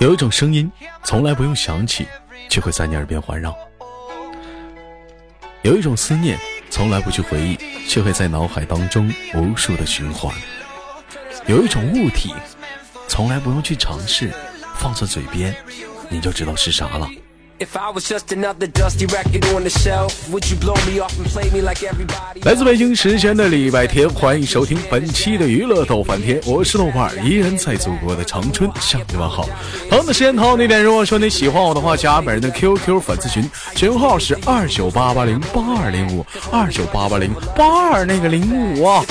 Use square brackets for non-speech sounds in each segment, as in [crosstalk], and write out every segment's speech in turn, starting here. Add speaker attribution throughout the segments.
Speaker 1: 有一种声音，从来不用想起，却会在你耳边环绕；有一种思念，从来不去回忆，却会在脑海当中无数的循环；有一种物体，从来不用去尝试，放在嘴边，你就知道是啥了。来自北京时间的礼拜天，欢迎收听本期的娱乐逗翻天，我是豆瓣儿，依然在祖国的长春向你们好。同样的时间，同样的点，如果说你喜欢我的话，加本人的 QQ 粉丝群，群号是二九八八零八二零五二九八八零八二那个零五啊。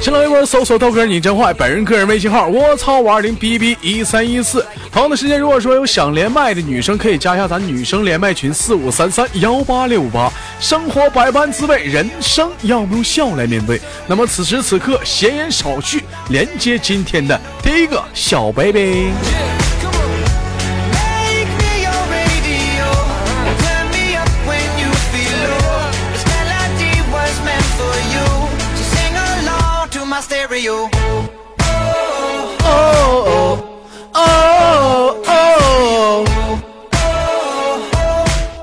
Speaker 1: 新浪微博搜索豆哥你真坏，本人个人微信号我操五二零 b b 一三一四。同样的时间，如果说有想连麦的女生，可以加一下咱女生连麦群四五三三幺八六八。生活百般滋味，人生要用笑来面对。那么此时此刻，闲言少叙，连接今天的第一个小 baby。
Speaker 2: Stereo.
Speaker 1: 哦哦
Speaker 2: Oh,
Speaker 1: 哦哦。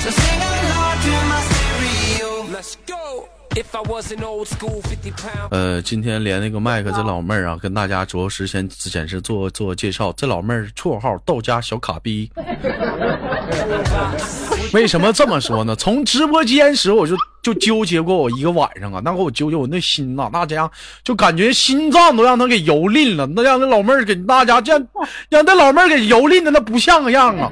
Speaker 2: So sing along to my stereo.
Speaker 3: Let's go. If I was an old school 50 pound.
Speaker 1: 呃，今天连那个麦克这老妹儿啊，跟大家着实先显示做做介绍。这老妹儿绰号“道家小卡逼”， [laughs] 为什么这么说呢？从直播间时候我就就纠结过我一个晚上啊，那给我纠结我那心呐、那家伙就感觉心脏都让他给蹂躏了，那让那老妹儿给那家这样让那老妹儿给蹂躏的那不像个样啊，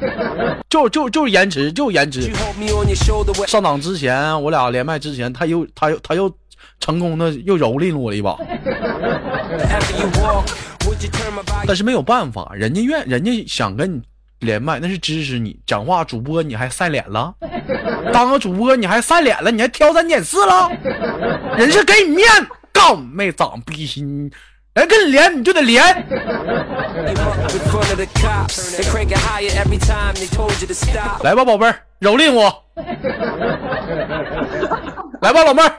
Speaker 1: 就就就颜值就颜值
Speaker 3: You。hold me on your shoulder when
Speaker 1: 上档之前，我俩连麦之前，他又他又他又成功的又蹂躏了我一把。
Speaker 3: after you walk. Would you turn my body
Speaker 1: 但是没有办法，人家愿人家想跟你连麦，那是支持你。讲话主播你还晒脸了，当个主播你还晒脸了，你还挑三拣四了，人是给你面子，告你妹长逼心，人跟你连你就得连。
Speaker 3: up in front of the cops? They crank it higher every time they told you to stop.
Speaker 1: 来吧，宝贝儿，蹂躏我，来吧，老妹儿，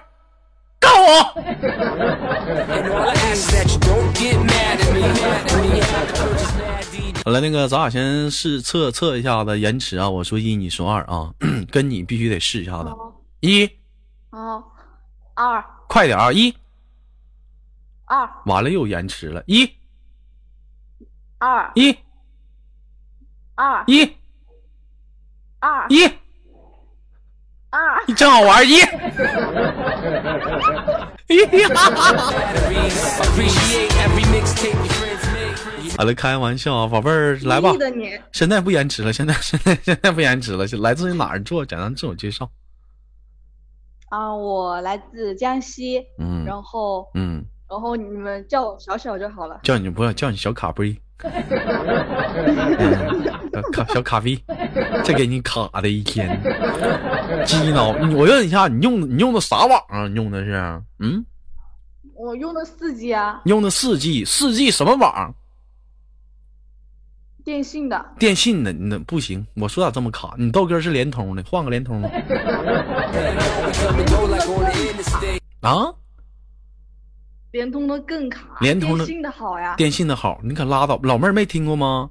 Speaker 1: 干我。
Speaker 3: And all I ask is that you don't get mad at me. Mad at me. I could just mad DD.
Speaker 1: 好了，那个咱俩先试测测一下子延迟啊，我说一，你说二啊， [clears throat] 跟你必须得试一下子，一
Speaker 4: 哦，二
Speaker 1: 快点啊，一
Speaker 4: 二
Speaker 1: 完了又延迟了，一
Speaker 4: 二
Speaker 1: 一
Speaker 4: 二
Speaker 1: 一
Speaker 4: 二
Speaker 1: 一，
Speaker 4: 二，
Speaker 1: 你真好玩 [laughs] 哎一。一
Speaker 3: Appreciate every mixtape your friends make. You
Speaker 1: 好了，开玩笑啊，宝贝儿，来吧
Speaker 4: 故意。的你
Speaker 1: 现在不延迟了，现在 [laughs] 现在现在不延迟了。来自于哪儿做？简单自我介绍。
Speaker 4: 啊，我来自江西，
Speaker 1: 嗯
Speaker 4: 然后
Speaker 1: 嗯，
Speaker 4: 然后你们叫我小小就好了。
Speaker 1: 叫你不要叫你小卡
Speaker 4: [laughs]
Speaker 1: 杯，嗯卡小卡逼，这给你卡的一天，鸡挠。你我问一下，你用你用的啥网啊？你用的是嗯，
Speaker 4: 我用的四 G 啊，
Speaker 1: 你用的四 G 四 G 什么网？
Speaker 4: 电信的，
Speaker 1: 电信的，你那不行，我说咋这么卡？你豆哥是联通的，换个联通的
Speaker 3: come and go like on the interstate.
Speaker 1: 啊？
Speaker 4: 联通的更卡，
Speaker 1: 联通的
Speaker 4: 电信的好呀。
Speaker 1: 电信的好，你可拉倒，老妹儿没听过吗？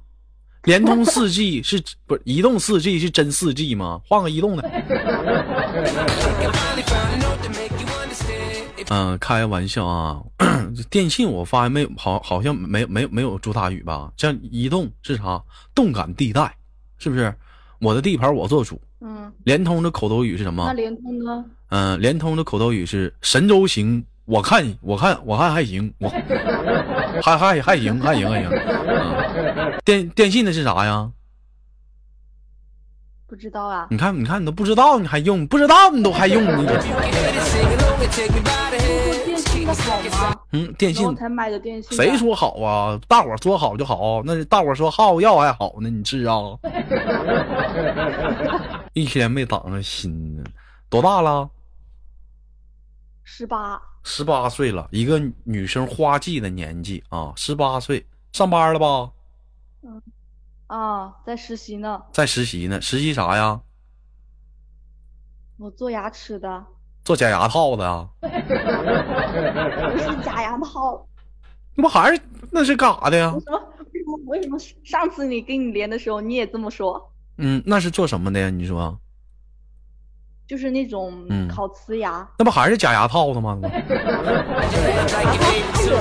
Speaker 1: 联通四 G 是不是移动四 G 是真四 G 吗？换个移动的。
Speaker 3: Finally found a note to make you understand. If
Speaker 1: 嗯、开玩笑啊， [clears throat] 电信我发现没有，好好像没有没有没有主打语吧？像移动是啥？动感地带，是不是？我的地盘我做主。
Speaker 4: 嗯，
Speaker 1: 联通的口头语是什
Speaker 4: 那
Speaker 1: 么？
Speaker 4: 联通呢？
Speaker 1: 嗯、联通的口头语是神州行，我看我看我看还行，我还还还行还行还行。嗯电电信的是啥呀？
Speaker 4: 不知道啊。
Speaker 1: 你看，你看，你都不知道，你还用？不知道你都还用？你这
Speaker 3: you get it, sing along and take me by the hand.
Speaker 4: 说电信的好吗？
Speaker 1: 嗯，电
Speaker 4: 然后
Speaker 1: 信
Speaker 4: 才买的电信的。
Speaker 1: 谁说好啊？大伙儿说好就好，那是大伙儿说好要还好呢，你是啊？一天没长上心呢，多大了？
Speaker 4: 十八？
Speaker 1: 十八岁了，一个女生花季的年纪啊，十八岁上班了吧？
Speaker 4: 啊，在实习呢，
Speaker 1: 在实习呢，实习啥呀？ [laughs]
Speaker 4: 我做牙齿的。
Speaker 1: 做假牙套的啊？
Speaker 4: 不是假牙套。
Speaker 1: 那不还是那是干啥的呀
Speaker 4: 为？什么？为什么？为什么上次你跟你连的时候你也这么说？
Speaker 1: 嗯，那是做什么的呀？你说
Speaker 4: 就是那种
Speaker 1: 嗯
Speaker 4: 烤瓷牙，
Speaker 1: 那不还是假牙套的吗？ [laughs]
Speaker 4: 太远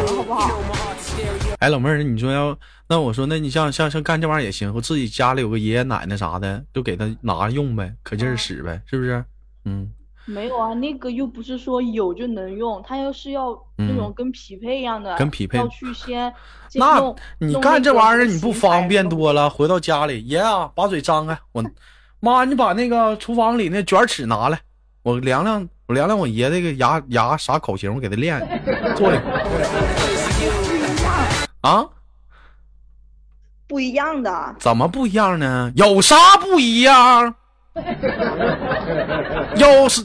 Speaker 4: 了好不好？
Speaker 1: 哎，老妹儿，你说要那我说，那你像像像干这玩意儿也行，我自己家里有个爷爷奶奶啥的，就给他拿着用呗，可劲儿使呗，是不是？嗯，
Speaker 4: 没有啊，那个又不是说有就能用，它要是要那种跟匹配一样的，
Speaker 1: 嗯跟匹配
Speaker 4: 要去
Speaker 1: [laughs]
Speaker 4: 先。先
Speaker 1: 那
Speaker 4: 弄
Speaker 1: 你
Speaker 4: 弄
Speaker 1: 干
Speaker 4: 那
Speaker 1: 这
Speaker 4: 个
Speaker 1: 玩意儿你不
Speaker 4: 洗牌
Speaker 1: 方便
Speaker 4: 弄
Speaker 1: 多了。回到家里，爷啊，把嘴张开，我妈，你把那个厨房里那卷尺拿来，我量量，我量量我爷这个牙牙啥口型，我给他练做里。啊？
Speaker 4: 不一样的，
Speaker 1: 怎么不一样呢？有啥不一样？有是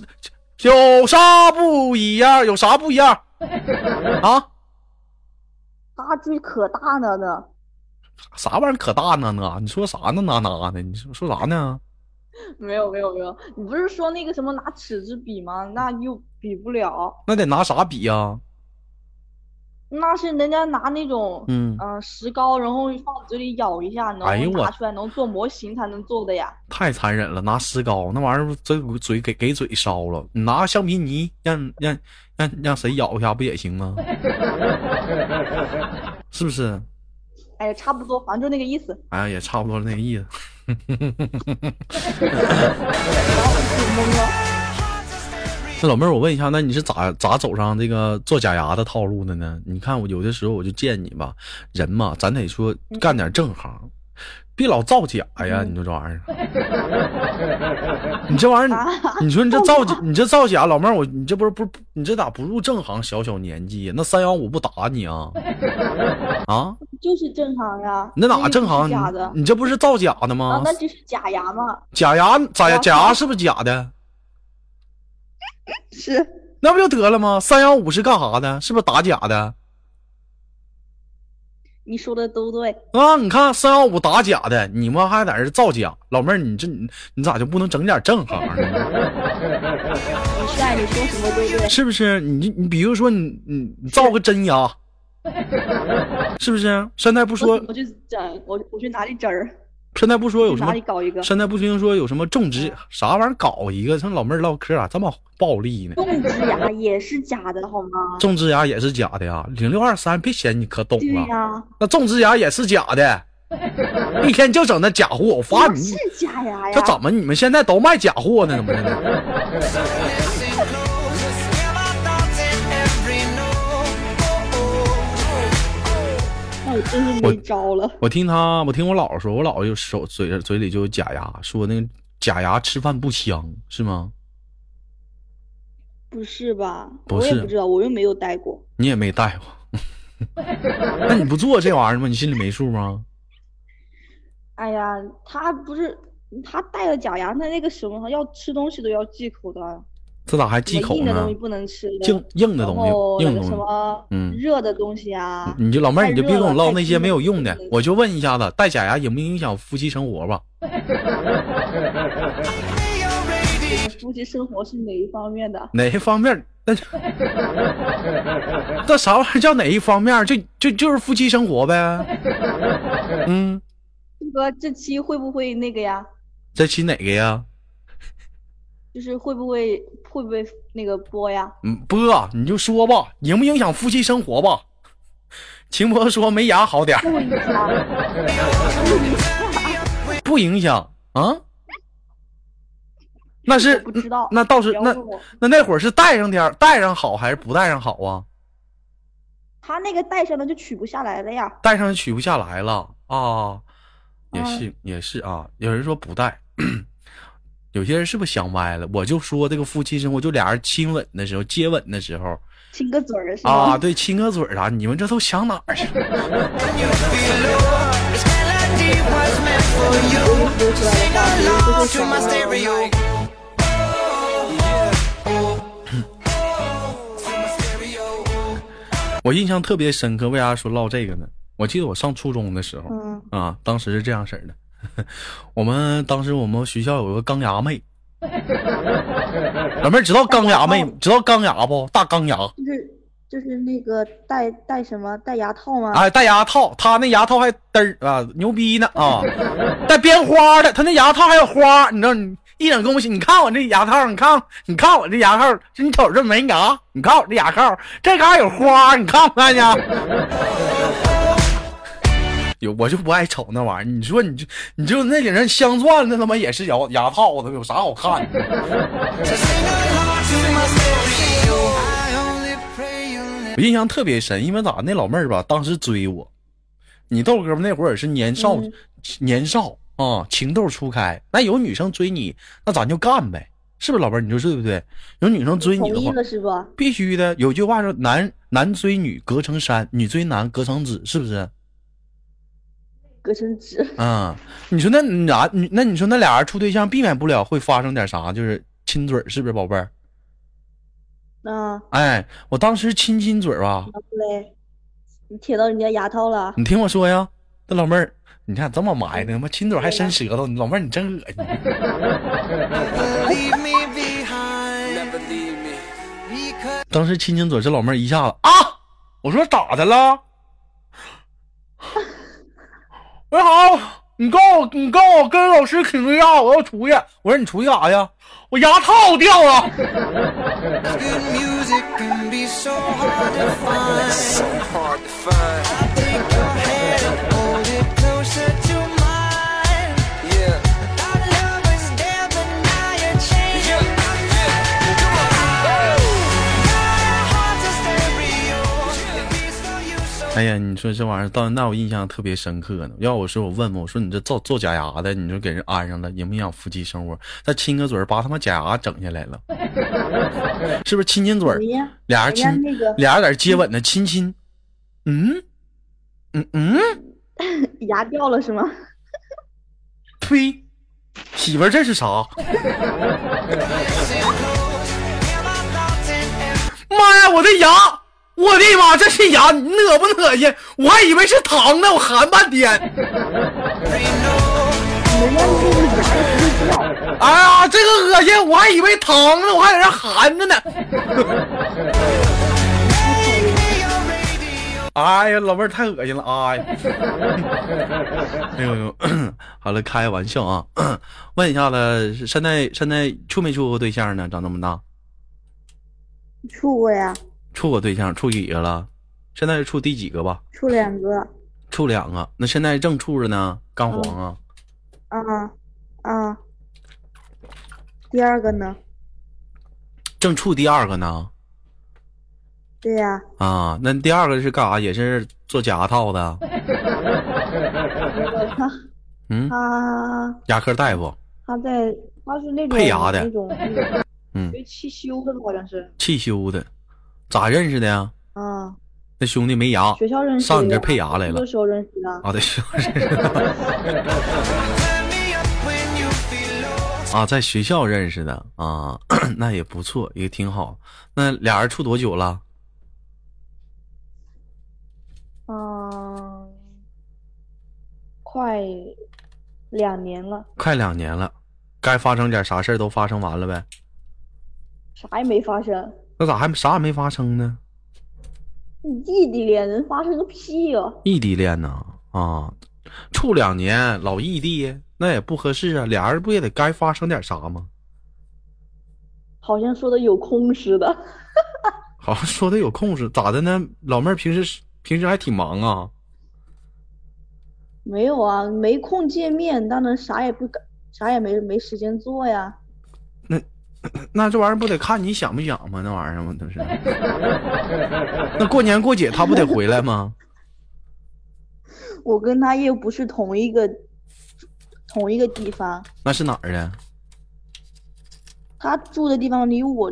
Speaker 1: 有啥不一样？有啥不一样？啊？
Speaker 4: 差距可大了呢。
Speaker 1: 啥玩意儿可大呢？那你说啥呢？那那的？你说说啥呢？
Speaker 4: 没有没有没有，你不是说那个什么拿尺子比吗？那又比不了，
Speaker 1: 那得拿啥比呀、
Speaker 4: 那是人家拿那种
Speaker 1: 嗯，
Speaker 4: 嗯、呃石膏，然后放嘴里咬一下，然
Speaker 1: 哎呦
Speaker 4: 后
Speaker 1: 我
Speaker 4: 拿出来，然后做模型才能做的呀。
Speaker 1: 太残忍了，拿石膏那玩意儿，这嘴给给嘴烧了。你拿橡皮泥让让让让谁咬一下不也行吗？ [laughs] 是不是？
Speaker 4: 哎，差不多，反正就那个意思。
Speaker 1: 哎呀，也差不多那个意思。 [laughs] 那老妹儿，我问一下，那你是咋咋走上这个做假牙的套路的呢？你看我有的时候我就建议你吧，人嘛，咱得说干点正行，别老造假呀！你说这玩意儿，你这玩意儿，你说你这造假，你这造假，老妹儿，我你这不是不你这咋不入正行？小小年纪呀，那三幺五不打你啊？啊？
Speaker 4: 就是正常呀。
Speaker 1: 你那
Speaker 4: 又
Speaker 1: 哪
Speaker 4: 不
Speaker 1: 正
Speaker 4: 是
Speaker 1: 行？
Speaker 4: 假的
Speaker 1: 你你这不是造假的
Speaker 4: 啊
Speaker 1: 吗？
Speaker 4: 那就是假
Speaker 1: [laughs]
Speaker 4: 牙嘛。
Speaker 1: 假牙咋
Speaker 4: 假
Speaker 1: 假牙
Speaker 4: 牙
Speaker 1: 是不是假的？
Speaker 4: 是，
Speaker 1: 那不就得了吗？三幺五是干啥的？是不是打假的？
Speaker 4: 你说的都对。
Speaker 1: 啊，你看三幺五打假的，你们还在这造假，老妹儿，你这你你咋就不能整点正行啊呢？
Speaker 4: 你帅，你说什么都对。
Speaker 1: 是不是？你你比如说你你你造个真牙，是不是？现在不 [laughs] 说，
Speaker 4: 我去整，我我去哪里整儿？
Speaker 1: 现在不说有什
Speaker 4: 哪
Speaker 1: 么
Speaker 4: 里，啊搞一个？
Speaker 1: 现在不听说有什么种植啥玩意儿搞一个，像老妹儿唠嗑咋这么暴力呢？
Speaker 4: 种
Speaker 1: [laughs]
Speaker 4: 植牙啊也是假的，好吗？
Speaker 1: 种植牙也是假的呀，零六二三，别嫌你可懂啊
Speaker 4: 对
Speaker 1: 了。
Speaker 4: 呀、
Speaker 1: 那种植牙也是假 [laughs] 的，一天就整那假货，我发
Speaker 4: 那
Speaker 1: 你
Speaker 4: 是，假牙呀。
Speaker 1: 这怎么你们现在都卖假货呢？怎么的？
Speaker 4: 那我真是没招了。
Speaker 1: [laughs] 我听他，我听我姥姥说，我姥姥就手嘴嘴里就有假牙，说那个假牙吃饭不香，是吗？
Speaker 4: 不是吧？
Speaker 1: 不
Speaker 4: 我也
Speaker 1: 是
Speaker 4: 不知道，我又没有戴过。
Speaker 1: 你也没戴过， [laughs] 那你不做这玩意儿吗？你心里没数吗？
Speaker 4: 哎呀，他不是他戴了假牙，那那个什么要吃东西都要忌口的，啊
Speaker 1: 这咋还
Speaker 4: 什
Speaker 1: 忌
Speaker 4: 么
Speaker 1: 口
Speaker 4: 硬的东
Speaker 1: 呢
Speaker 4: 西？不能吃，
Speaker 1: 硬硬的
Speaker 4: 然
Speaker 1: 东
Speaker 4: 后
Speaker 1: 西，
Speaker 4: 那
Speaker 1: 硬的
Speaker 4: 个
Speaker 1: 东
Speaker 4: 什
Speaker 1: 西。
Speaker 4: 么
Speaker 1: 嗯
Speaker 4: 热的东西啊，
Speaker 1: 你就老妹儿，你就别跟我唠那些没有用
Speaker 4: 太
Speaker 1: 的
Speaker 4: 热了太激。
Speaker 1: 我就问一下子，戴假牙影不影响夫妻生活吧？
Speaker 2: oh.
Speaker 4: 你的夫妻生活是哪一方面的？
Speaker 1: 哪一方面儿？那 [laughs] 那啥玩意儿叫哪一方面儿？就就就是夫妻生活呗。嗯，
Speaker 4: 这个这期会不会那个呀？
Speaker 1: 这期哪个呀？
Speaker 4: 就是会不会会不会那个播呀？
Speaker 1: 嗯，波，你就说吧，影不影响夫妻生活吧？秦博说没牙好点儿， [laughs]
Speaker 4: 不影
Speaker 1: 不影
Speaker 4: 啊响，
Speaker 1: 响啊。那
Speaker 4: 我
Speaker 1: 是
Speaker 4: 不知道。
Speaker 1: 那倒是
Speaker 4: 不要
Speaker 1: 那
Speaker 4: 问我
Speaker 1: 那那会儿是戴上点儿戴上好还是不戴上好啊？
Speaker 4: 他那个戴上了就取不下来了呀。
Speaker 1: 戴上就取不下来了啊，也
Speaker 4: 嗯
Speaker 1: 是、也是啊，有人说不戴， [clears throat] 有些人是不是想歪了？我就说这个夫妻生活，就俩人亲吻的时候、接吻的时候
Speaker 4: 亲个嘴儿是吧？
Speaker 1: [laughs] 啊，对，亲个嘴儿啥，你们这都想哪儿去了？我印象特别深刻，为啥说唠这个呢？我记得我上初中的时候，
Speaker 4: 嗯
Speaker 1: [laughs] 啊，当时是这样式儿的，我们当时我们学校有个钢牙妹，老妹儿知道钢牙 [laughs] 没？知道钢牙不？大钢牙，
Speaker 4: 就是就是那个戴戴什么戴牙套吗？
Speaker 1: 哎，戴牙套，他那牙套还嘚儿啊，牛逼呢啊！带编花的，他那牙套还有花，你知道？你一整跟我说，你看我这牙套，你看，你看我这牙套，你瞅这门牙，你看我这牙套，这嘎有花，你看不看呀？ [laughs] 有我就不爱瞅那玩意儿，你说你就你就那给人镶钻，那他妈也是牙牙套子，有啥好看的？我印象特别深，因为咋那老妹儿吧，当时追我，你豆哥们那会儿也是年少、
Speaker 4: 嗯
Speaker 1: 年少啊、情窦初开，那有女生追你，那咱就干呗，是不是老妹儿？你说是不对？有女生追你的
Speaker 4: 同意
Speaker 1: 话，
Speaker 4: 了是不？
Speaker 1: 必须的。有句话说，男男追女隔层山，女追男隔层纸，是不是？
Speaker 4: 隔成纸，
Speaker 1: 嗯，你说那男你那你说那俩人处对象，避免不了会发生点啥，就是亲嘴儿，是不是宝贝儿？
Speaker 4: 啊，
Speaker 1: 哎，我当时亲亲嘴儿吧，
Speaker 4: 然后嘞，你舔到人家牙套了，
Speaker 1: 你听我说呀，这老妹儿，你看这么埋汰，他妈亲嘴还伸舌头，你老妹儿你真恶 [laughs] 心。
Speaker 2: Leave me behind
Speaker 3: Never leave me.
Speaker 2: because
Speaker 1: 当时亲亲嘴，这老妹儿一下子啊，我说咋的了？我说好，你告我，你告我跟老师请个假，我要出去。我说你出去干啥呀？我牙套掉了。
Speaker 2: good music can be so hard to find.
Speaker 3: So hard to find.
Speaker 2: Take your hand and hold it closer to mine.
Speaker 3: Yeah.
Speaker 2: Our love was there, but now you're
Speaker 3: Yeah.
Speaker 2: changing.
Speaker 3: Yeah. Come on. Oh.
Speaker 2: Our hearts are stereo. It beats for you, so
Speaker 1: 哎呀，你说这玩意儿到那我印象特别深刻呢。要我说，我问问，我说你这造做假牙的，你说给人安上了，影不影响夫妻生活？再亲个嘴儿，把他妈假牙整下来了，是不是亲亲嘴儿
Speaker 4: 人？家
Speaker 1: 俩人
Speaker 4: 人家
Speaker 1: 亲，
Speaker 4: 那个
Speaker 1: 俩人在这接吻呢，亲亲，嗯，嗯嗯，
Speaker 4: 牙掉了是吗？ [laughs]
Speaker 1: 呸，媳妇儿这是啥？妈呀，我的牙，我的妈，这是牙，你恶不恶心？我还以为是糖呢，我含半天。
Speaker 4: 人家那个牙都不是掉， [laughs]
Speaker 1: 哎呀，这个恶心，我还以为糖呢，我还在这含着呢。哎呀，老妹儿太恶心了！哎呀， [laughs] 哎呦 [clears throat] 呦，好了，开玩笑啊。 [clears throat] 问一下了，现在现在处没处过对象呢？长这么大，
Speaker 4: 处过呀，
Speaker 1: 处过对象，处几个了？现在是处第几个吧？
Speaker 4: 处两个，
Speaker 1: 处两个。那现在正处着呢，刚黄
Speaker 4: 嗯
Speaker 1: 啊。
Speaker 4: 啊啊，第二个呢？
Speaker 1: 正处第二个呢。
Speaker 4: 对呀、
Speaker 1: 啊，那第二个是干啥？也是做假牙套的，嗯
Speaker 4: 他
Speaker 1: 牙科大夫。
Speaker 4: 他在他是那种
Speaker 1: 配牙的
Speaker 4: 那种那种，
Speaker 1: 嗯
Speaker 4: 被汽修的吧好像是
Speaker 1: 汽修的，咋认识的呀？
Speaker 4: 啊，
Speaker 1: 那兄弟没牙，
Speaker 4: 学校认识的
Speaker 1: 上你这儿配牙来了
Speaker 4: 那时候认识的，
Speaker 1: 啊，对，
Speaker 4: [laughs]
Speaker 1: 是
Speaker 2: turn me up when you feel low.
Speaker 1: 啊，在学校认识的啊， [clears throat] 那也不错，也挺好。那俩人处多久了？
Speaker 4: 嗯，快两年了，
Speaker 1: 快两年了，该发生点啥事儿都发生完了呗？
Speaker 4: 啥也没发生。
Speaker 1: 那咋还啥也没发生呢？
Speaker 4: 你异地恋能发生个屁呀、
Speaker 1: 异地恋呢？啊，处两年老异地，那也不合适啊。俩人不也得该发生点啥吗？
Speaker 4: 好像说的有空似的。
Speaker 1: 好像说的有空似的，咋的呢？老妹儿平时平时还挺忙啊。
Speaker 4: 没有啊，没空见面，当然啥也不敢，啥也没没时间做呀。
Speaker 1: 那这玩意儿不得看你想不想吗？那玩意儿嘛，都是。 [laughs] 那过年过节他不得回来吗？
Speaker 4: 我跟他又不是同一个同一个地方，
Speaker 1: 那是哪儿啊的？
Speaker 4: 他住的地方离我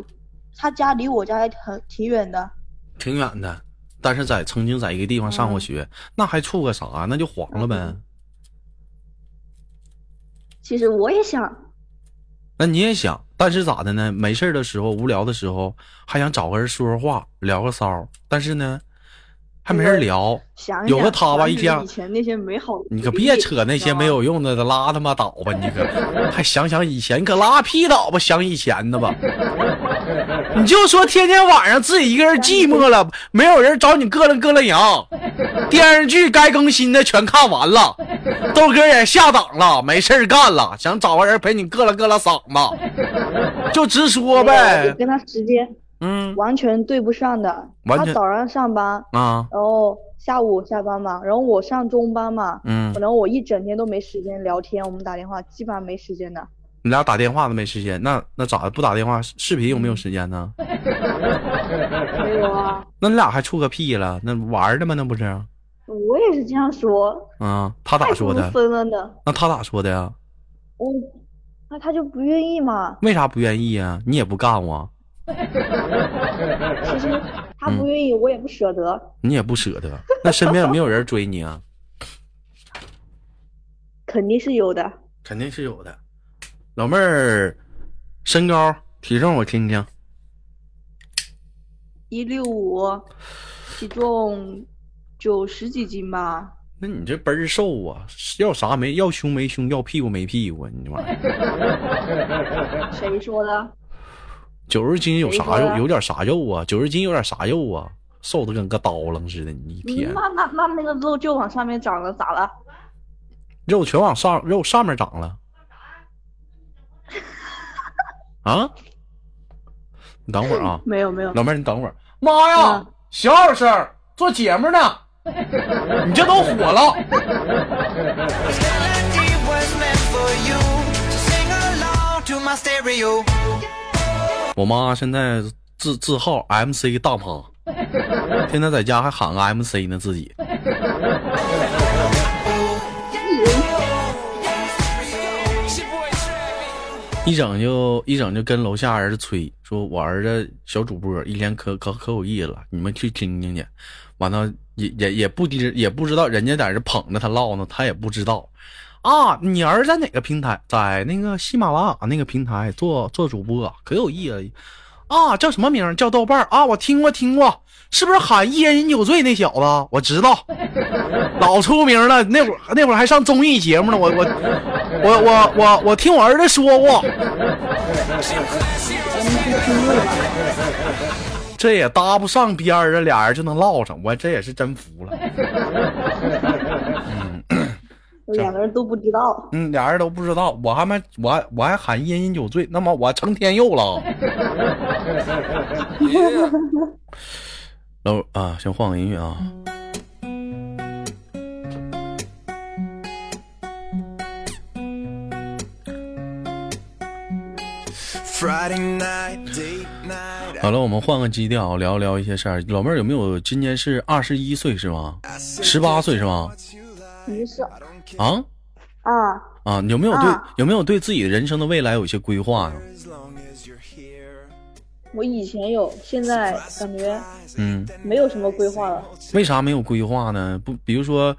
Speaker 4: 他家离我家还很挺远的。
Speaker 1: 挺远的，但是在曾经在一个地方上过学，那还处个啥？那就黄了呗。
Speaker 4: 其实我也想，
Speaker 1: 那你也想，但是咋的呢？没事儿的时候、无聊的时候，还想找个人说说话、聊个骚儿，但是呢，还没人聊。
Speaker 4: 想
Speaker 1: 有
Speaker 4: 想
Speaker 1: 了他吧，
Speaker 4: 当
Speaker 1: 一
Speaker 4: 时
Speaker 1: 天
Speaker 4: 以前那些美好的回忆，
Speaker 1: 你可别扯那
Speaker 4: 知
Speaker 1: 些
Speaker 4: 道
Speaker 1: 没
Speaker 4: 吗
Speaker 1: 有用的，拉他妈倒吧！你可还想想以前，你可拉屁倒吧！想以前的吧，你就说天天晚上自己一个人寂寞了，没有人找你咯楞咯楞羊。电视剧该更新的全看完了，豆哥也下档了，没事儿干了，想找个人陪你咯楞咯楞嗓子，就直说
Speaker 4: 没有
Speaker 1: 呗
Speaker 4: 我。跟他时间
Speaker 1: 嗯
Speaker 4: 完全对不上的。
Speaker 1: 完全
Speaker 4: 他早上上班，
Speaker 1: 啊，
Speaker 4: 然后下午下班嘛，然后我上中班嘛，
Speaker 1: 嗯
Speaker 4: 可能我一整天都没时间聊天，我们打电话基本上没时
Speaker 1: [laughs]
Speaker 4: 间的。
Speaker 1: 你俩打电话都没时间，那那咋的不打电话？视频有没有时间呢？哎
Speaker 4: 没有啊，
Speaker 1: 那你俩还处个屁了？那玩儿的吗？那不是？
Speaker 4: [laughs] 我也是这样说，
Speaker 1: 啊，他咋
Speaker 4: 太
Speaker 1: 说
Speaker 4: 不
Speaker 1: 的？
Speaker 4: 分了呢。
Speaker 1: 那他咋说的呀？
Speaker 4: 我，那他就不愿
Speaker 1: [laughs]
Speaker 4: 意嘛。
Speaker 1: 为啥不愿意啊？你也不干我，
Speaker 4: 其实他
Speaker 1: 嗯
Speaker 4: 不愿意，我也不舍得。
Speaker 1: 你也不舍得。那身边有没有人追你啊？
Speaker 4: 肯定是有的，
Speaker 1: [laughs] 肯定是有的。老妹儿，身高体重我听听，
Speaker 4: 一六五，体重九十几斤吧。
Speaker 1: 那你这倍儿瘦啊，要啥没要胸没胸，要屁股没屁股啊，你这玩意儿
Speaker 4: 谁说的？
Speaker 1: 九十斤有
Speaker 4: 没
Speaker 1: 啥
Speaker 4: 错
Speaker 1: 肉？
Speaker 4: 啊
Speaker 1: 有点啥肉啊？九十斤有点啥肉啊？瘦的跟个刀楞似的，你一天
Speaker 4: 那那那那个肉就往上面长了，咋了？
Speaker 1: 肉全往上肉上面长了。啊？你等会儿啊。
Speaker 4: 没有没有，
Speaker 1: 老妹儿，你等会儿。妈呀
Speaker 4: 嗯，
Speaker 1: 小点声，做节目呢，你这都火了。
Speaker 2: This melody was meant for you. So sing along to my stereo.
Speaker 1: 我妈现在自自号 MC 大妈，天天在家还喊个 MC 呢，自己。一整就一整就跟楼下儿子吹，说我儿子小主播一天可可可有意思了，你们去听听去。完了也也也不知也不知道人家在这捧着他唠呢，他也不知道。啊，你儿子在哪个平台？在那个喜马拉雅那个平台做做主播，可有意思。啊，叫什么名儿？叫豆瓣儿啊，我听过听过，是不是喊一人饮酒醉那小子？我知道，老出名了。那会儿那会儿还上综艺节目呢，我我我我我我听我儿子说过。这也搭不上边儿啊，俩人就能唠上，我这也是真服了。
Speaker 4: 两个人都不知道。
Speaker 1: 嗯，俩人都不知道，我还没，我还我还喊烟饮酒醉，那么我成天佑了。老啊，先换个音乐啊。
Speaker 2: Friday night, date night.
Speaker 1: 好了，我们换个基调，聊一聊一些事儿。老妹儿有没有？今年是二十一岁是吗？十八岁是吗？
Speaker 4: 你是
Speaker 1: 啊
Speaker 4: 啊，
Speaker 1: 啊，有没有对、
Speaker 4: 啊
Speaker 1: 有没有对自己的人生的未来有一些规划呀、啊
Speaker 2: As long as you're here.
Speaker 4: 我以前有，现在感觉
Speaker 1: 嗯，
Speaker 4: 没有什么规划了。
Speaker 1: 为啥没有规划呢？不，比如说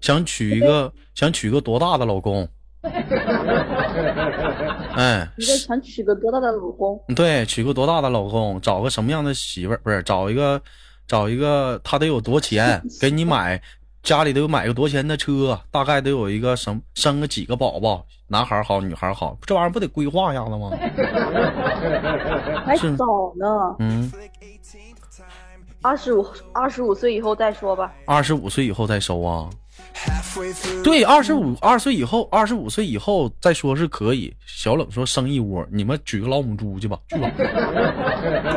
Speaker 1: 想娶一个想娶个多大的老公？哎，
Speaker 4: 你在想娶个多大的老公？
Speaker 1: 对，娶个多大的老公，找个什么样的媳妇儿？不是找一个，找一个他得有多钱，给你买家里得有买个多钱的车，大概得有一个什么生个几个宝宝，男孩儿好，女孩儿好，这玩意儿不得规划一下子吗？
Speaker 4: 还早呢，
Speaker 1: 嗯，
Speaker 4: 二十五二十五岁以后再说吧。
Speaker 1: 二十五岁以后再收啊？
Speaker 2: Halfway through.
Speaker 1: 对，二十五二岁以后，二十五岁以后再说是可以。小冷说生一窝，你们举个老母猪去吧，去吧。
Speaker 2: Look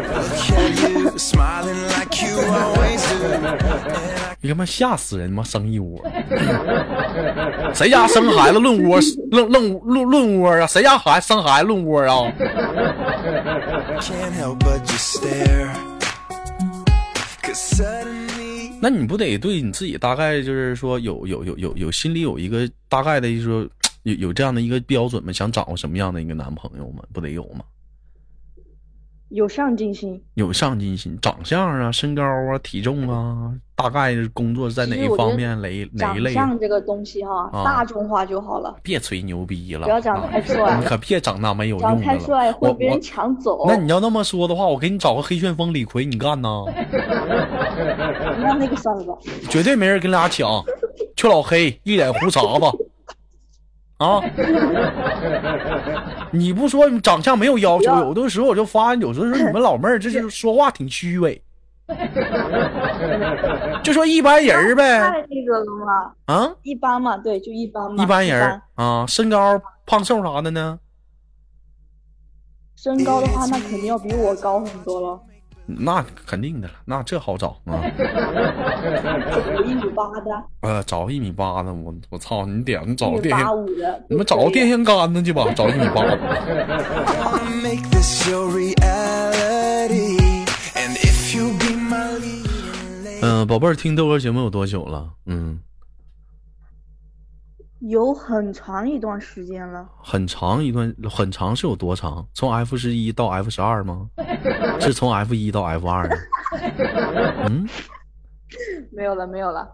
Speaker 2: at you, smiling like you always do. And I
Speaker 1: 你他妈吓死人吗？生一窝，谁家生孩子论窝论论论论窝啊？谁家孩子生孩子论窝啊？
Speaker 2: can't help but just stare. Cause suddenly
Speaker 1: [laughs] 那你不得对你自己大概就是说有有有有有心里有一个大概的，就是说有有这样的一个标准吗？想掌握什么样的一个男朋友吗？不得有吗？
Speaker 4: 有上进心。
Speaker 1: 有上进心，长相啊、身高啊、体重啊，大概是工作在哪
Speaker 4: 其
Speaker 1: 一
Speaker 4: 实我觉得
Speaker 1: 方面，哪一哪一
Speaker 4: 长
Speaker 1: 类？
Speaker 4: 相这个东西哈，
Speaker 1: 啊
Speaker 4: 大众化就好了。
Speaker 1: 别吹牛逼了，
Speaker 4: 不要长
Speaker 1: 啊
Speaker 4: 太帅
Speaker 1: 你可别长那没有用
Speaker 4: 长
Speaker 1: 的
Speaker 4: 太
Speaker 1: 了。
Speaker 4: 帅会
Speaker 1: 我
Speaker 4: 被人
Speaker 1: 我
Speaker 4: 抢走，
Speaker 1: 那你要那么说的话，我给你找个黑旋风李逵，你干呐？ [laughs]
Speaker 4: 那那个算了吧。
Speaker 1: 绝对没人跟俩抢。缺老黑，一脸胡茬子，啊！ [laughs] 你不说你长相没有要
Speaker 4: 不
Speaker 1: 求，
Speaker 4: 要
Speaker 1: 有的时候我就发现，有的时候你们老妹儿这就是说话挺虚
Speaker 4: [laughs]
Speaker 1: 伪，就说一般人儿
Speaker 4: 看
Speaker 1: 呗，
Speaker 4: 了那个了吗？
Speaker 1: 啊，
Speaker 4: 一般嘛，对，就一般嘛。
Speaker 1: 一般人儿啊，身高胖瘦啥的呢？
Speaker 4: 身高的话，那肯定要比我高很多了，
Speaker 1: 那肯定的了，那这好找啊。
Speaker 4: [laughs] 我一米八的，
Speaker 1: 呃，找一米八的，我我操，你点你
Speaker 4: 一
Speaker 1: 找
Speaker 4: 米
Speaker 1: 电
Speaker 4: 八
Speaker 1: 线，
Speaker 4: 五的。
Speaker 1: 你们找个电线杆子去吧，找一米八的。
Speaker 2: Wanna make this your reality. And if you be my leading lady.
Speaker 1: 嗯、宝贝儿，听豆哥节目有多久了？嗯，
Speaker 4: 有很长一段时间了，
Speaker 1: 很长一段，很长是有多长？从 F 十一到 F 十二吗？是从 F 一到 F 二？嗯，
Speaker 4: 没有了，没有了。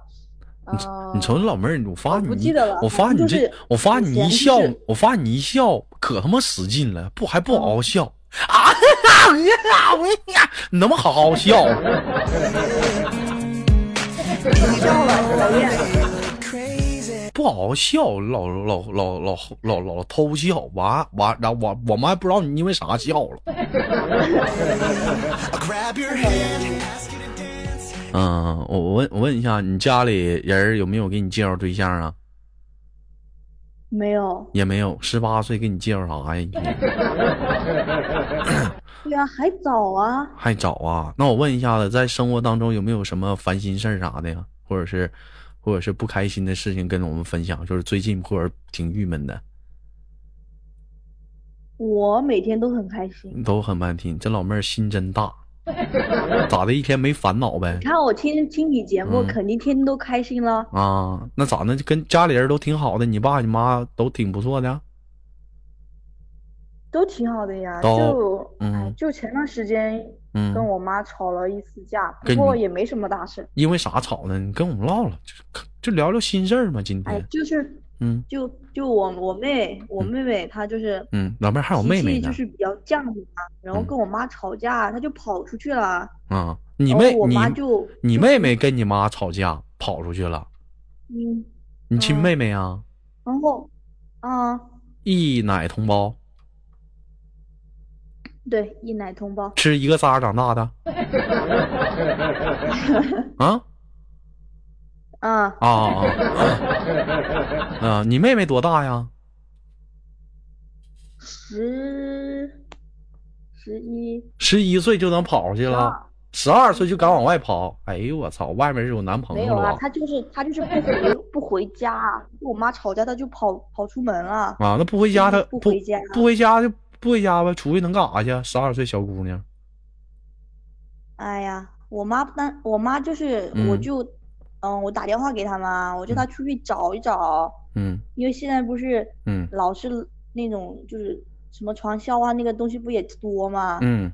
Speaker 4: 嗯，
Speaker 1: 你瞅你老妹儿，我发
Speaker 4: 我
Speaker 1: 你
Speaker 4: 不记得了
Speaker 1: 我发你
Speaker 4: 就
Speaker 1: 这
Speaker 4: 是，
Speaker 1: 我发你一
Speaker 4: 以前
Speaker 1: 笑
Speaker 4: 是，嗯
Speaker 1: 我发你一笑，可他妈使劲了，不还不好好笑啊！你能不能好好笑？啊
Speaker 4: 笑了，讨厌。
Speaker 1: 不好好笑，老老老老老老偷笑，完完，然后我我们还不知道你因为啥笑了。
Speaker 2: I'll grab your hand.
Speaker 1: 嗯，我我问我问一下，你家里人儿有没有给你介绍对象啊？
Speaker 4: 没有，
Speaker 1: 也没有，十八岁给你介绍啥呀？你
Speaker 4: 对呀、还早啊。
Speaker 1: 还早啊？那我问一下子，在生活当中有没有什么烦心事儿啥的呀？或者是，或者是不开心的事情跟我们分享？就是最近或者挺郁闷的，
Speaker 4: 我每天都很开心。
Speaker 1: 都很难听。这老妹儿心真大，咋的？一天没烦恼呗
Speaker 4: 你？看我听听你节目，
Speaker 1: 嗯
Speaker 4: 肯定天天都开心了。
Speaker 1: 啊，那咋的？跟家里人都挺好的，你爸你妈都挺不错的。啊
Speaker 4: 都挺好的呀，
Speaker 1: 都
Speaker 4: 就
Speaker 1: 嗯
Speaker 4: 哎，就前段时间
Speaker 1: 嗯，
Speaker 4: 跟我妈吵了一次架，
Speaker 1: 跟你嗯
Speaker 4: 不过也没什么大事，
Speaker 1: 因为啥吵的？你跟我们唠唠，就就聊聊心事儿嘛。今
Speaker 4: 哎
Speaker 1: 天，，
Speaker 4: 就是
Speaker 1: 嗯
Speaker 4: 就就我我妹我妹妹她就是
Speaker 1: 嗯，老妹儿还有
Speaker 4: 脾
Speaker 1: 妹妹
Speaker 4: 气
Speaker 1: 呢
Speaker 4: 就。是比较犟的嘛，然后
Speaker 1: 嗯
Speaker 4: 跟我妈吵架，她就跑出去了，
Speaker 1: 啊，你
Speaker 4: 然后
Speaker 1: 妹
Speaker 4: 哦我
Speaker 1: 你
Speaker 4: 妈就
Speaker 1: 你
Speaker 4: 就
Speaker 1: 妹妹跟你妈吵架跑出去了，
Speaker 4: 嗯，
Speaker 1: 你亲
Speaker 4: 嗯
Speaker 1: 妹妹啊，
Speaker 4: 然后啊，
Speaker 1: 一奶同胞，
Speaker 4: 对，一奶同胞，
Speaker 1: 吃一个渣长
Speaker 4: [laughs]
Speaker 1: 大的，啊
Speaker 4: 啊，
Speaker 1: 啊啊啊！ [laughs] 啊，你妹妹多大呀？
Speaker 4: 十十一
Speaker 1: 十一岁就能跑出去了，
Speaker 4: 啊
Speaker 1: 十二岁就敢往外跑。哎呦我操，外面是有男朋
Speaker 4: 没
Speaker 1: 友
Speaker 4: 有
Speaker 1: 了
Speaker 4: 啊，她就是她就是不回不回家，跟我妈吵架，她就跑跑出门了。
Speaker 1: 啊？那不回家她
Speaker 4: 不回家
Speaker 1: 不回家就不回家呗，出去能干啥去？十二岁小姑娘，
Speaker 4: 哎呀，我妈不当，我妈就是，我
Speaker 1: 嗯
Speaker 4: 就，嗯，我打电话给她嘛，我叫她出去找一找，
Speaker 1: 嗯
Speaker 4: 因为现在不是
Speaker 1: 嗯
Speaker 4: 老是那种就是什么传销啊，那个东西不也多嘛，
Speaker 1: 嗯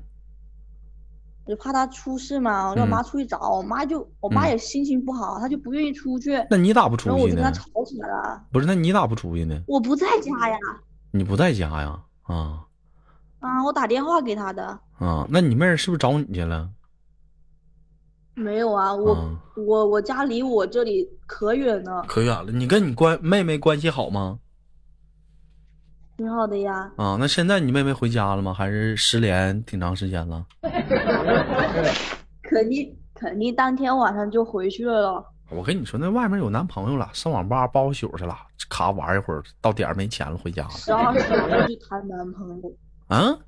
Speaker 4: 我就怕她出事嘛，我让我妈出去找，我妈就，我妈
Speaker 1: 嗯
Speaker 4: 也心情不好，她就不愿意出去，
Speaker 1: 那你咋不
Speaker 4: 然
Speaker 1: 出
Speaker 4: 后我
Speaker 1: 去
Speaker 4: 就跟她
Speaker 1: 呢？
Speaker 4: 吵起来了，
Speaker 1: 不是，那你咋不出去呢？
Speaker 4: 我不在家呀，
Speaker 1: 你不在家呀？啊
Speaker 4: 啊，我打电话给她的，
Speaker 1: 啊，那你妹儿是不是找你去了？
Speaker 4: 没有啊，我
Speaker 1: 啊，
Speaker 4: 我我家离我这里可远呢，
Speaker 1: 可远了。你跟你关妹妹关系好吗？
Speaker 4: 挺好的呀，
Speaker 1: 啊，那现在你妹妹回家了吗？还是失联挺长时间了？
Speaker 4: 肯定肯定当天晚上就回去了。
Speaker 1: 我跟你说，那外面有男朋友了，上网吧包宿去了，咔玩一会儿，到点儿没钱了回家了。
Speaker 4: 十二岁就谈男朋友，
Speaker 1: 嗯，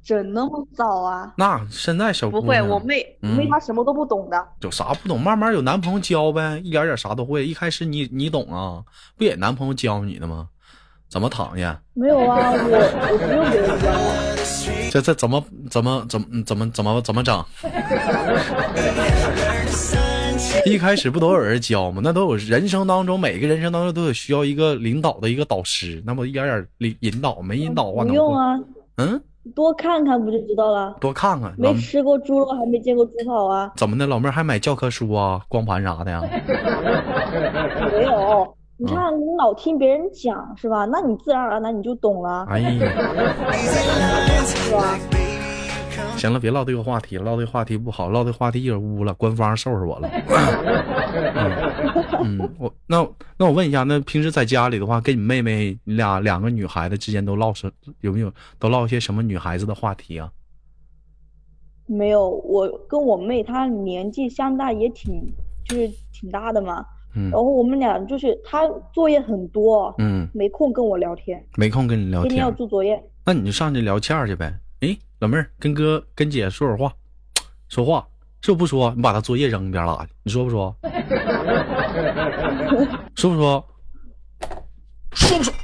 Speaker 4: 整那么早啊？
Speaker 1: 那现在小姑
Speaker 4: 不
Speaker 1: 娘
Speaker 4: 会，我妹，我妹
Speaker 1: 嗯
Speaker 4: 她什么都不懂的。
Speaker 1: 有啥不懂，慢慢有男朋友教呗，一点点啥都会。一开始你你懂啊，不也男朋友教你的吗？怎么躺下？
Speaker 4: 没有啊，我
Speaker 1: [laughs]
Speaker 4: 我不用别人教啊。
Speaker 1: 这这怎么怎么怎么怎么怎么怎么
Speaker 4: [laughs]
Speaker 1: 整？一开始不都有人教吗？那都有人生当中，每个人生当中都有需要一个领导的一个导师，那么一点点引引导，没引导的话
Speaker 4: 不
Speaker 1: 能
Speaker 4: 用啊，
Speaker 1: 嗯，
Speaker 4: 多看看不就知道了？
Speaker 1: 多看看。老
Speaker 4: 没吃过猪肉，还没见过猪跑啊？
Speaker 1: 怎么的，老妹儿还买教科书啊、光盘啥的呀？嗯
Speaker 4: 没有，你看你老听别人讲是吧？那你自然而然你就懂了，
Speaker 1: 哎呀，
Speaker 4: 是吧？
Speaker 1: 行了，别唠这个话题了，唠这个话题不好，唠这个话题一会儿污了，官方收拾我了。嗯，嗯我那那我问一下，那平时在家里的话，跟你妹妹你俩两个女孩子之间都唠什有没有都唠一些什么女孩子的话题啊？
Speaker 4: 没有，我跟我妹她年纪相大也挺，就是挺大的嘛。
Speaker 1: 嗯
Speaker 4: 然后我们俩就是她作业很多，
Speaker 1: 嗯，
Speaker 4: 没空跟我聊天，
Speaker 1: 没空跟你聊
Speaker 4: 天天
Speaker 1: 天啊
Speaker 4: 要，做作业。
Speaker 1: 那你就上去聊天儿去呗。哎，老妹儿，跟哥跟姐说会儿话，说话是不是不说？你把她作业扔一边拉去，你说不 [laughs] 说？说不说？说不说？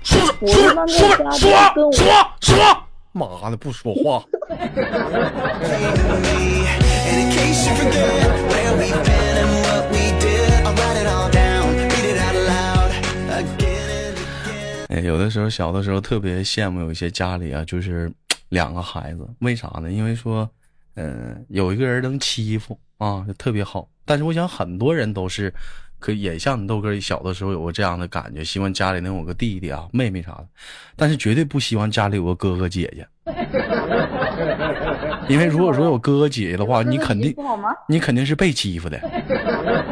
Speaker 1: 说不说？说不说？说不说？说不说？说不说？妈的，不说话！
Speaker 2: And in case you forget where we've been and what we did, I'll write it all down, read it out loud again and again.
Speaker 1: 哎，有的时候小的时候特别羡慕有一些家里啊，就是两个孩子，为啥呢？因为说，嗯、有一个人能欺负啊，就特别好。但是我想很多人都是，可也像你豆哥小的时候有过这样的感觉，希望家里能有个弟弟啊、妹妹啥的，但是绝对不希望家里有个哥哥姐姐，因为如果说有哥哥姐姐的话，
Speaker 4: 有哥哥
Speaker 1: 你肯
Speaker 4: 姐姐
Speaker 1: 定
Speaker 4: 不好吗
Speaker 1: 你肯定是被欺负的，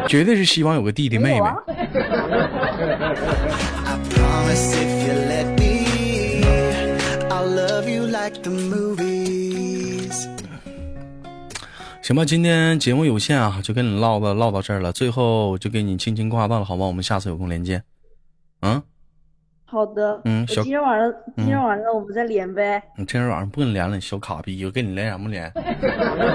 Speaker 1: 绝对是希望有个弟弟
Speaker 4: 没
Speaker 1: 妹
Speaker 4: 有
Speaker 1: 妹
Speaker 4: 啊。，
Speaker 2: I promise if you let me, I'll love you like the movies.
Speaker 1: 行吧，今天节目有限啊，就跟你唠到唠到这儿了。最后就给你轻轻挂断了，好吧？我们下次有空连接。嗯，
Speaker 4: 好的，
Speaker 1: 嗯
Speaker 4: 我
Speaker 1: 小
Speaker 4: 今天晚上今天晚上我们再连呗，
Speaker 1: 你这人晚上不跟你连了，小卡逼，我跟你连什么连？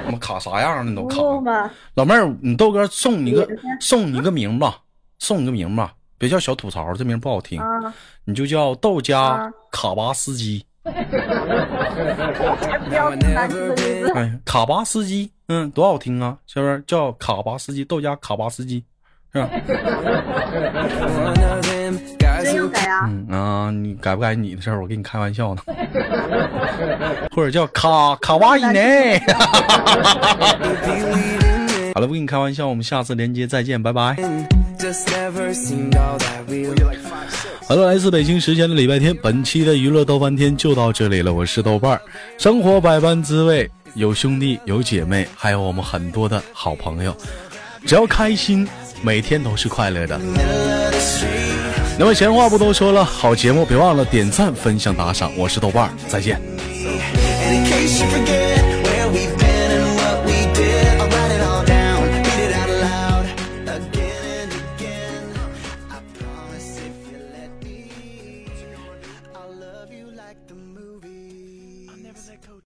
Speaker 1: 他妈卡啥样了？你都
Speaker 4: 不
Speaker 1: 卡。
Speaker 4: 够吗？
Speaker 1: 老妹儿，你豆哥送你个
Speaker 4: 连着
Speaker 1: 送你个名吧，送你个名吧，别叫小吐槽，这名不好听，
Speaker 4: 啊，
Speaker 1: 你就叫豆家
Speaker 4: 啊
Speaker 1: 卡巴斯基。
Speaker 4: 不
Speaker 1: 嗯
Speaker 4: 要跟男生的名字，
Speaker 1: 哎，卡巴斯基，嗯，多好听啊，是不是？叫卡巴斯基，豆家卡巴斯基，是吧？
Speaker 3: One of them guys
Speaker 4: 真
Speaker 3: who
Speaker 4: 要改啊？
Speaker 1: 嗯啊，你改不改你的事儿？我跟你开玩笑呢， [laughs] 或者叫卡卡哇伊 [laughs] 呢？
Speaker 3: believe in it
Speaker 1: 好了，不跟你开玩笑，我们下次连接再见，拜拜。
Speaker 3: just never seemed all that real.
Speaker 1: 好了，来自北京时间的礼拜天，本期的娱乐豆翻天就到这里了。我是豆瓣儿，生活百般滋味，有兄弟，有姐妹，还有我们很多的好朋友，只要开心，每天都是快乐的。那么闲话不多说了，好节目别忘了点赞、分享、打赏。我是豆瓣儿，再见。
Speaker 2: And in case you forget